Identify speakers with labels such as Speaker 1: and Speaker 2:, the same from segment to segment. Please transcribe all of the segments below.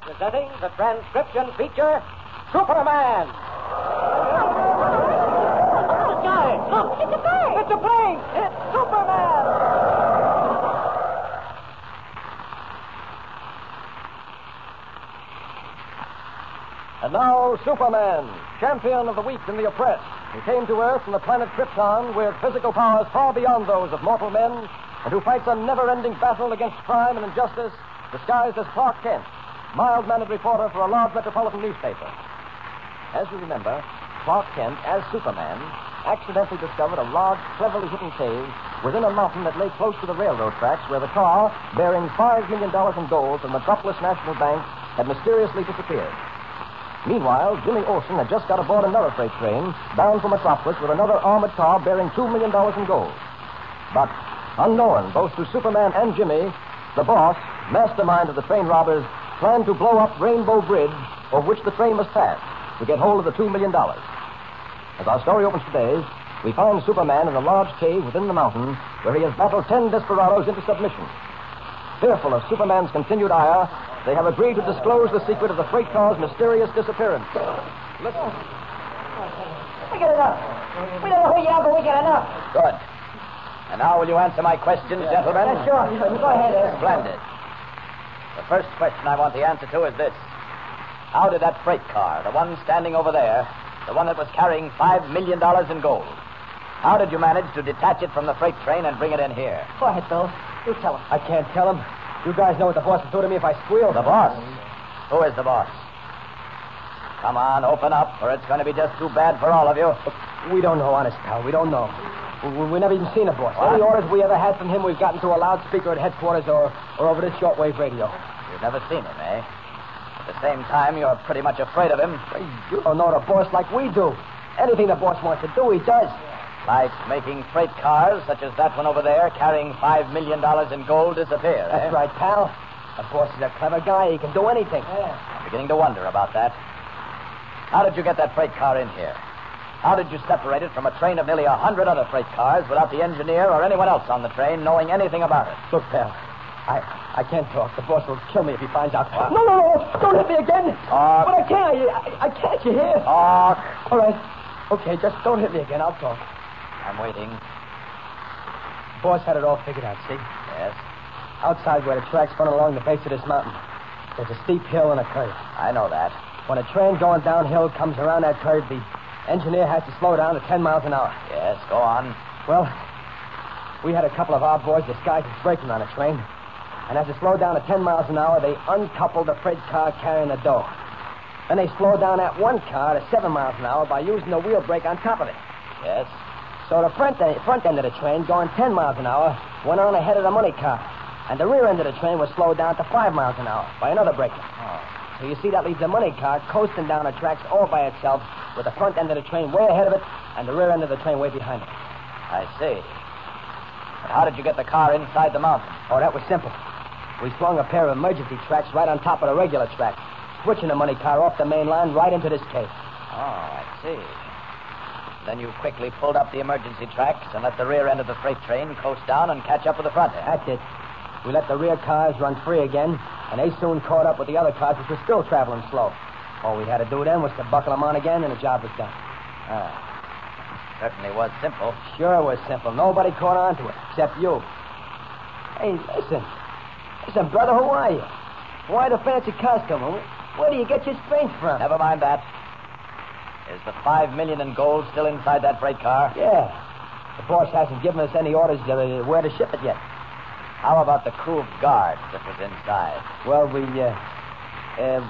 Speaker 1: presenting the transcription feature Superman. Oh, guys, look, it's a plane. It's a plane. It's Superman. And now, Superman, champion of the weak and the oppressed, who came to Earth from the planet Krypton with physical powers far beyond those of mortal men, and who fights a never ending battle against crime and injustice, disguised as Clark Kent, mild mannered reporter for a large metropolitan newspaper. As you remember, Clark Kent, as Superman, accidentally discovered a large, cleverly hidden cave within a mountain that lay close to the railroad tracks where the car bearing $5 million in gold from Metropolis National Bank had mysteriously disappeared. Meanwhile, Jimmy Olsen had just got aboard another freight train bound for Metropolis with another armored car bearing $2 million in gold. But, unknown both to Superman and Jimmy, the boss, mastermind of the train robbers, planned to blow up Rainbow Bridge, over which the train must pass, to get hold of the $2 million. As our story opens today, we find Superman in a large cave within the mountain where he has battled ten desperados into submission. Fearful of Superman's continued ire, they have agreed to disclose the secret of the freight car's mysterious disappearance. Listen.
Speaker 2: We get enough. We don't know who you are, but we get enough.
Speaker 1: Good. And now will you answer my questions, gentlemen?
Speaker 2: Yeah, sure. Go ahead, Ed.
Speaker 1: Splendid. The first question I want the answer to is this. How did that freight car, the one standing over there, the one that was carrying five million dollars in gold, how did you manage to detach it from the freight train and bring it in here?
Speaker 2: Go ahead, Bill. You tell him.
Speaker 1: I can't tell him. You guys know what the boss will do to me if I squeal. The boss? Who is the boss? Come on, open up, or it's going to be just too bad for all of you.
Speaker 2: We don't know, honest pal. We don't know. We, we never even seen a boss.
Speaker 1: What?
Speaker 2: Any orders we ever had from him, we've gotten through a loudspeaker at headquarters or, or over this shortwave radio.
Speaker 1: You've never seen him, eh? At the same time, you're pretty much afraid of him. Oh,
Speaker 2: You don't know the boss like we do. Anything the boss wants to do, he does.
Speaker 1: Like making freight cars, such as that one over there, carrying five million dollars in gold, disappear. eh?
Speaker 2: That's right, pal. The boss is a clever guy. He can do anything. Yeah.
Speaker 1: I'm beginning to wonder about that. How did you get that freight car in here? How did you separate it from a train of nearly a hundred other freight cars without the engineer or anyone else on the train knowing anything about it?
Speaker 2: Look, pal. I, I can't talk. The boss will kill me if he finds out.
Speaker 1: What?
Speaker 2: No, no, no. Don't hit me again.
Speaker 1: Talk.
Speaker 2: But I can't. I, I can't. You hear?
Speaker 1: Talk.
Speaker 2: All right. Okay, just don't hit me again. I'll talk.
Speaker 1: I'm waiting.
Speaker 2: Boss had it all figured out, see?
Speaker 1: Yes,
Speaker 2: Outside where the tracks run along the base of this mountain, there's a steep hill and a curve.
Speaker 1: I know that.
Speaker 2: When a train going downhill comes around that curve, the engineer has to slow down to 10 miles an hour.
Speaker 1: Yes, go on.
Speaker 2: Well, we had a couple of our boys disguised as brakemen on a train. And as it slowed down to 10 miles an hour, they uncoupled the freight car carrying the dough. Then they slowed down that one car to 7 miles an hour by using the wheel brake on top of it.
Speaker 1: Yes.
Speaker 2: So the front end, front end of the train, going 10 miles an hour, went on ahead of the money car. And the rear end of the train was slowed down to 5 miles an hour by another brakeman.
Speaker 1: Oh.
Speaker 2: So you see, that leaves the money car coasting down the tracks all by itself with the front end of the train way ahead of it and the rear end of the train way behind it.
Speaker 1: I see. But how did you get the car inside the mountain?
Speaker 2: Oh, that was simple. We swung a pair of emergency tracks right on top of the regular track, switching the money car off the main line right into this cave.
Speaker 1: Oh, I see. Then you quickly pulled up the emergency tracks and let the rear end of the freight train coast down and catch up with the front end.
Speaker 2: That's it. We let the rear cars run free again, and they soon caught up with the other cars, which were still traveling slow. All we had to do then was to buckle them on again, and the job was done.
Speaker 1: Ah, certainly was simple.
Speaker 2: Sure it was simple. Nobody caught on to it, except you. Hey, listen. Listen, brother, who are you? Why the fancy costume? Wh- Where do you get your strength from?
Speaker 1: Never mind that. Is the five million in gold still inside that freight car?
Speaker 2: Yeah. The boss hasn't given us any orders uh, where to ship it yet.
Speaker 1: How about the crew of guards that was inside?
Speaker 2: Well, we, uh, uh,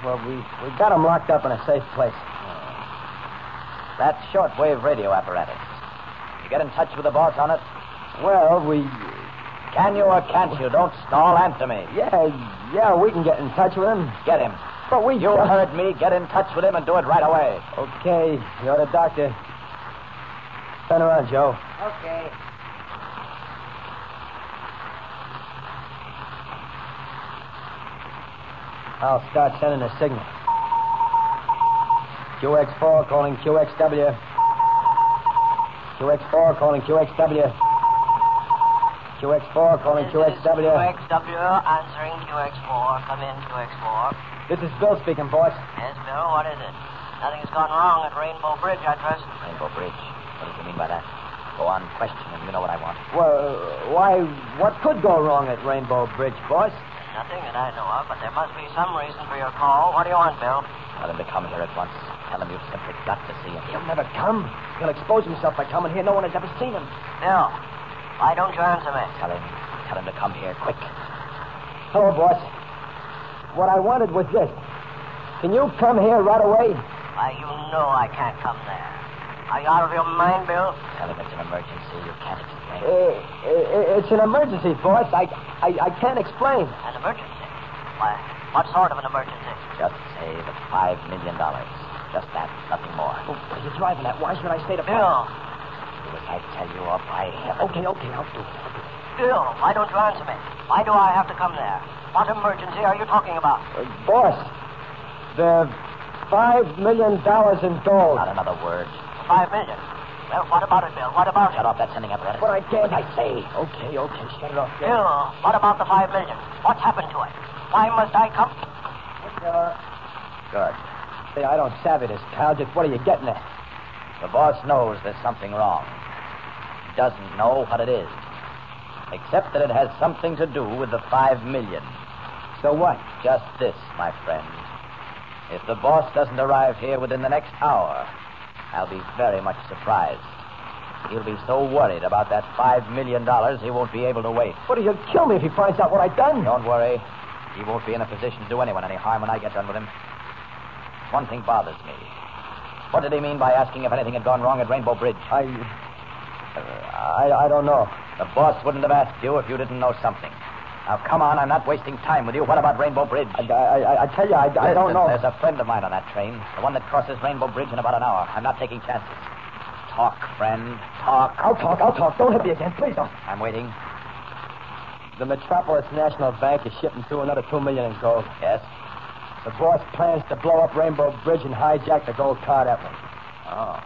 Speaker 2: well, we, we got them locked up in a safe place.
Speaker 1: Hmm. That shortwave radio apparatus. You get in touch with the boss on it?
Speaker 2: Well, we,
Speaker 1: Can you or can't you? Don't stall. Answer me.
Speaker 2: yeah, yeah, we can get in touch with them.
Speaker 1: Get him. But we.
Speaker 3: You heard me. Get in touch with him and do it right away.
Speaker 1: Okay, you're the doctor. Turn around, Joe.
Speaker 2: Okay.
Speaker 1: I'll start sending a signal. QX4 calling QXW. QX4 calling QXW. QX4 calling QXW.
Speaker 2: QXW answering QX4. Come in, QX4.
Speaker 1: This is Bill speaking, boss.
Speaker 2: Yes, Bill, what is it? Nothing's gone wrong at Rainbow Bridge, I trust.
Speaker 3: Rainbow Bridge. What do you mean by that? Go on, question him. You know what I want.
Speaker 1: Well, uh, why, what could go wrong at Rainbow Bridge, boss?
Speaker 2: Nothing that I know of, but there must be some reason for your call. What do you want, Bill?
Speaker 3: Tell him to come here at once. Tell him you've simply got to see him.
Speaker 1: He'll never come. He'll expose himself by coming here. No one has ever seen him.
Speaker 2: Bill, why don't you answer me?
Speaker 3: Tell him. Tell him to come here quick.
Speaker 1: Hello, boss. What I wanted was this. Can you come here right away?
Speaker 2: Why, you know I can't come there. Are you out of your mind, Bill?
Speaker 3: Tell him it's an emergency. You can't explain.
Speaker 1: Uh, uh, it's an emergency, boss. I, I, I can't explain.
Speaker 2: An emergency? Why, what sort of an emergency?
Speaker 3: Just say the five million dollars. Just that, nothing more.
Speaker 1: Oh, what are you driving at? Why should I stay to
Speaker 2: Bill,
Speaker 3: Do as I tell you, or by heaven.
Speaker 1: Okay, okay, I'll do it.
Speaker 2: Bill, why don't you answer me? Why do I have to come there? What emergency are you talking about?
Speaker 1: Uh, boss, the five million dollars in gold.
Speaker 3: Not another word.
Speaker 2: Five million. Well, what about it, Bill? What about it?
Speaker 3: Shut off that sending apparatus.
Speaker 1: But I can't.
Speaker 3: What I say.
Speaker 1: Okay, okay, shut it off.
Speaker 2: Bill, what about the five million? What's happened to it? Why must I come?
Speaker 3: Good.
Speaker 1: Hey, I don't savvy this, Calgit. What are you getting at?
Speaker 3: The boss knows there's something wrong. He doesn't know what it is. Except that it has something to do with the five million.
Speaker 1: So what?
Speaker 3: Just this, my friend. If the boss doesn't arrive here within the next hour, I'll be very much surprised. He'll be so worried about that five million dollars he won't be able to wait.
Speaker 1: What, he'll kill me if he finds out what I've done.
Speaker 3: Don't worry. He won't be in a position to do anyone any harm when I get done with him. One thing bothers me. What did he mean by asking if anything had gone wrong at Rainbow Bridge?
Speaker 1: I, uh, I, I don't know.
Speaker 3: The boss wouldn't have asked you if you didn't know something. Now, come on, I'm not wasting time with you. What about Rainbow Bridge?
Speaker 1: I, I, I- I tell you, I, I don't
Speaker 3: Listen,
Speaker 1: know.
Speaker 3: There's a friend of mine on that train, the one that crosses Rainbow Bridge in about an hour. I'm not taking chances. Talk, friend. Talk.
Speaker 1: I'll talk, I'll talk. Don't hit me again, please don't.
Speaker 3: I'm waiting.
Speaker 1: The Metropolis National Bank is shipping through another two million in gold.
Speaker 3: Yes.
Speaker 1: The boss plans to blow up Rainbow Bridge and hijack the gold car that way.
Speaker 3: Oh.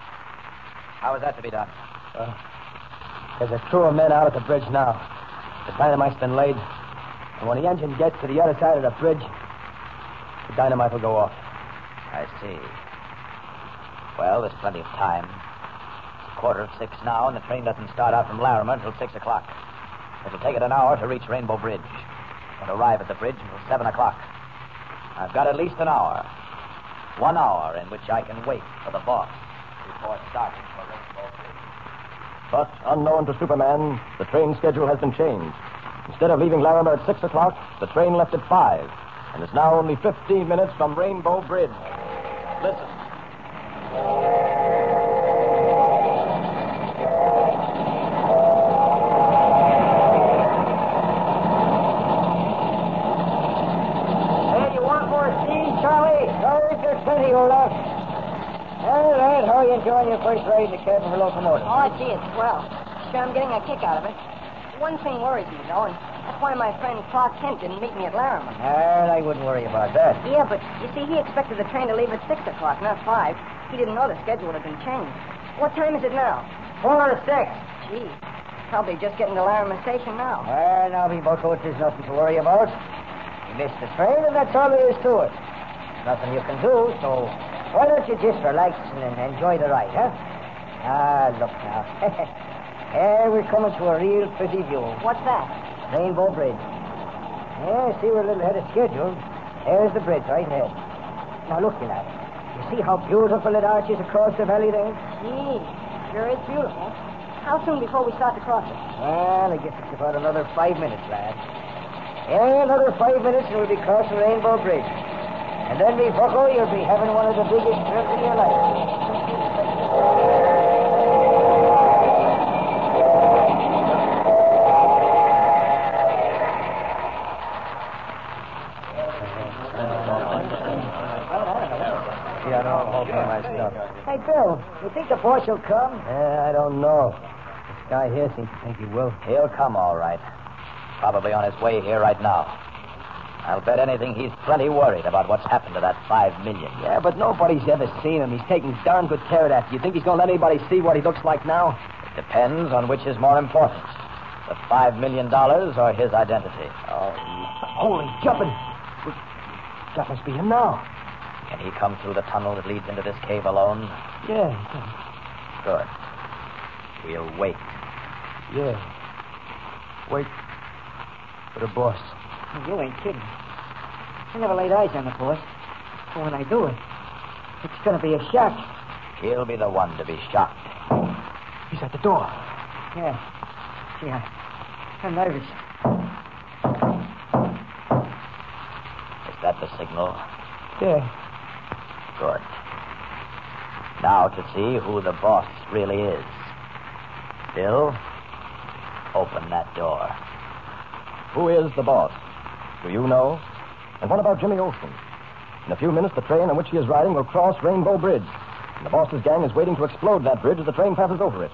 Speaker 3: How is that to be done?
Speaker 1: Uh, there's a crew of men out at the bridge now. The dynamite's been laid, and when the engine gets to the other side of the bridge, the dynamite will go off.
Speaker 3: I see. Well, there's plenty of time. It's quarter of six now, and the train doesn't start out from Larimer until six o'clock. It'll take it an hour to reach Rainbow Bridge. Won't arrive at the bridge until seven o'clock. I've got at least an hour. One hour in which I can wait for the boss before starting for Rainbow Bridge. But unknown to Superman, the train schedule has been changed. Instead of leaving Larimer at 6 o'clock, the train left at 5, and is now only 15 minutes from Rainbow Bridge. Listen.
Speaker 2: Hey, you want more steam, Charlie?
Speaker 1: Oh, we've got plenty left. All right, how are you enjoying your first ride in the cab of a locomotive?
Speaker 2: Oh, gee, it's swell. Sure, I'm getting a kick out of it. One thing worries me, though, and that's why my friend Clark Kent didn't meet me at Larimer.
Speaker 1: And I wouldn't worry about that.
Speaker 2: Yeah, but you see, he expected the train to leave at 6 o'clock, not 5. He didn't know the schedule had been changed. What time is it now?
Speaker 1: Four to six.
Speaker 2: Gee, probably just getting to Larimer Station now.
Speaker 1: Well, now, me boatload, there's nothing to worry about. You missed the train, and that's all there is to it. Nothing you can do, so why don't you just relax and enjoy the ride, huh? Ah, look now. Here we're coming to a real pretty view.
Speaker 2: What's that?
Speaker 1: Rainbow Bridge. Yeah, see, we're a little ahead of schedule.
Speaker 3: Hmm.
Speaker 1: There's the bridge right ahead. Now, look, you lad. You see how beautiful it arches across the valley there?
Speaker 2: Gee, sure is beautiful. How soon before we start to cross it?
Speaker 1: Well, I guess it's about another five minutes, lad. Yeah, another five minutes and we'll be crossing Rainbow Bridge. And then, me bucko, you'll be having one of the biggest trips of your life. Yeah, don't open my stuff.
Speaker 2: Hey, Bill, you think the boss will come?
Speaker 1: Yeah, I don't know. This guy here seems to think he will.
Speaker 3: He'll come all right. Probably on his way here right now. I'll bet anything he's plenty worried about what's happened to that five million.
Speaker 1: Yeah, but nobody's ever seen him. He's taking darn good care of that. You think he's going to let anybody see what he looks like now?
Speaker 3: It depends on which is more important. The five million dollars or his identity.
Speaker 1: Oh, holy jumping. That must be him now.
Speaker 3: Can he come through the tunnel that leads into this cave alone?
Speaker 1: Yeah, he can.
Speaker 3: Good. We'll wait.
Speaker 1: yeah. Wait for the boss.
Speaker 2: You ain't kidding. I never laid eyes on the boss. But when I do it, it's going to be a shock.
Speaker 3: He'll be the one to be shocked.
Speaker 1: He's at the door.
Speaker 2: Yeah. Gee, I, I'm nervous.
Speaker 3: Is that the signal?
Speaker 1: Yeah.
Speaker 3: Good. Now to see who the boss really is. Bill, open that door. Who is the boss?
Speaker 1: Do you know?
Speaker 3: And what about Jimmy Olsen? In a few minutes, the train on which he is riding will cross Rainbow Bridge. And the boss's gang is waiting to explode that bridge as the train passes over it.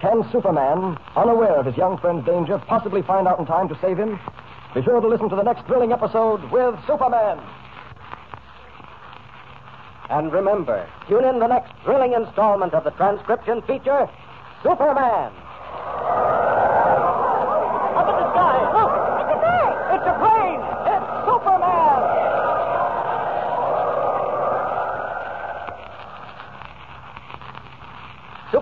Speaker 3: Can Superman, unaware of his young friend's danger, possibly find out in time to save him? Be sure to listen to the next thrilling episode with Superman.
Speaker 1: And remember, tune in the next thrilling installment of the transcription feature, Superman. Up in the sky, look! It's a plane! It's a plane! It's Superman!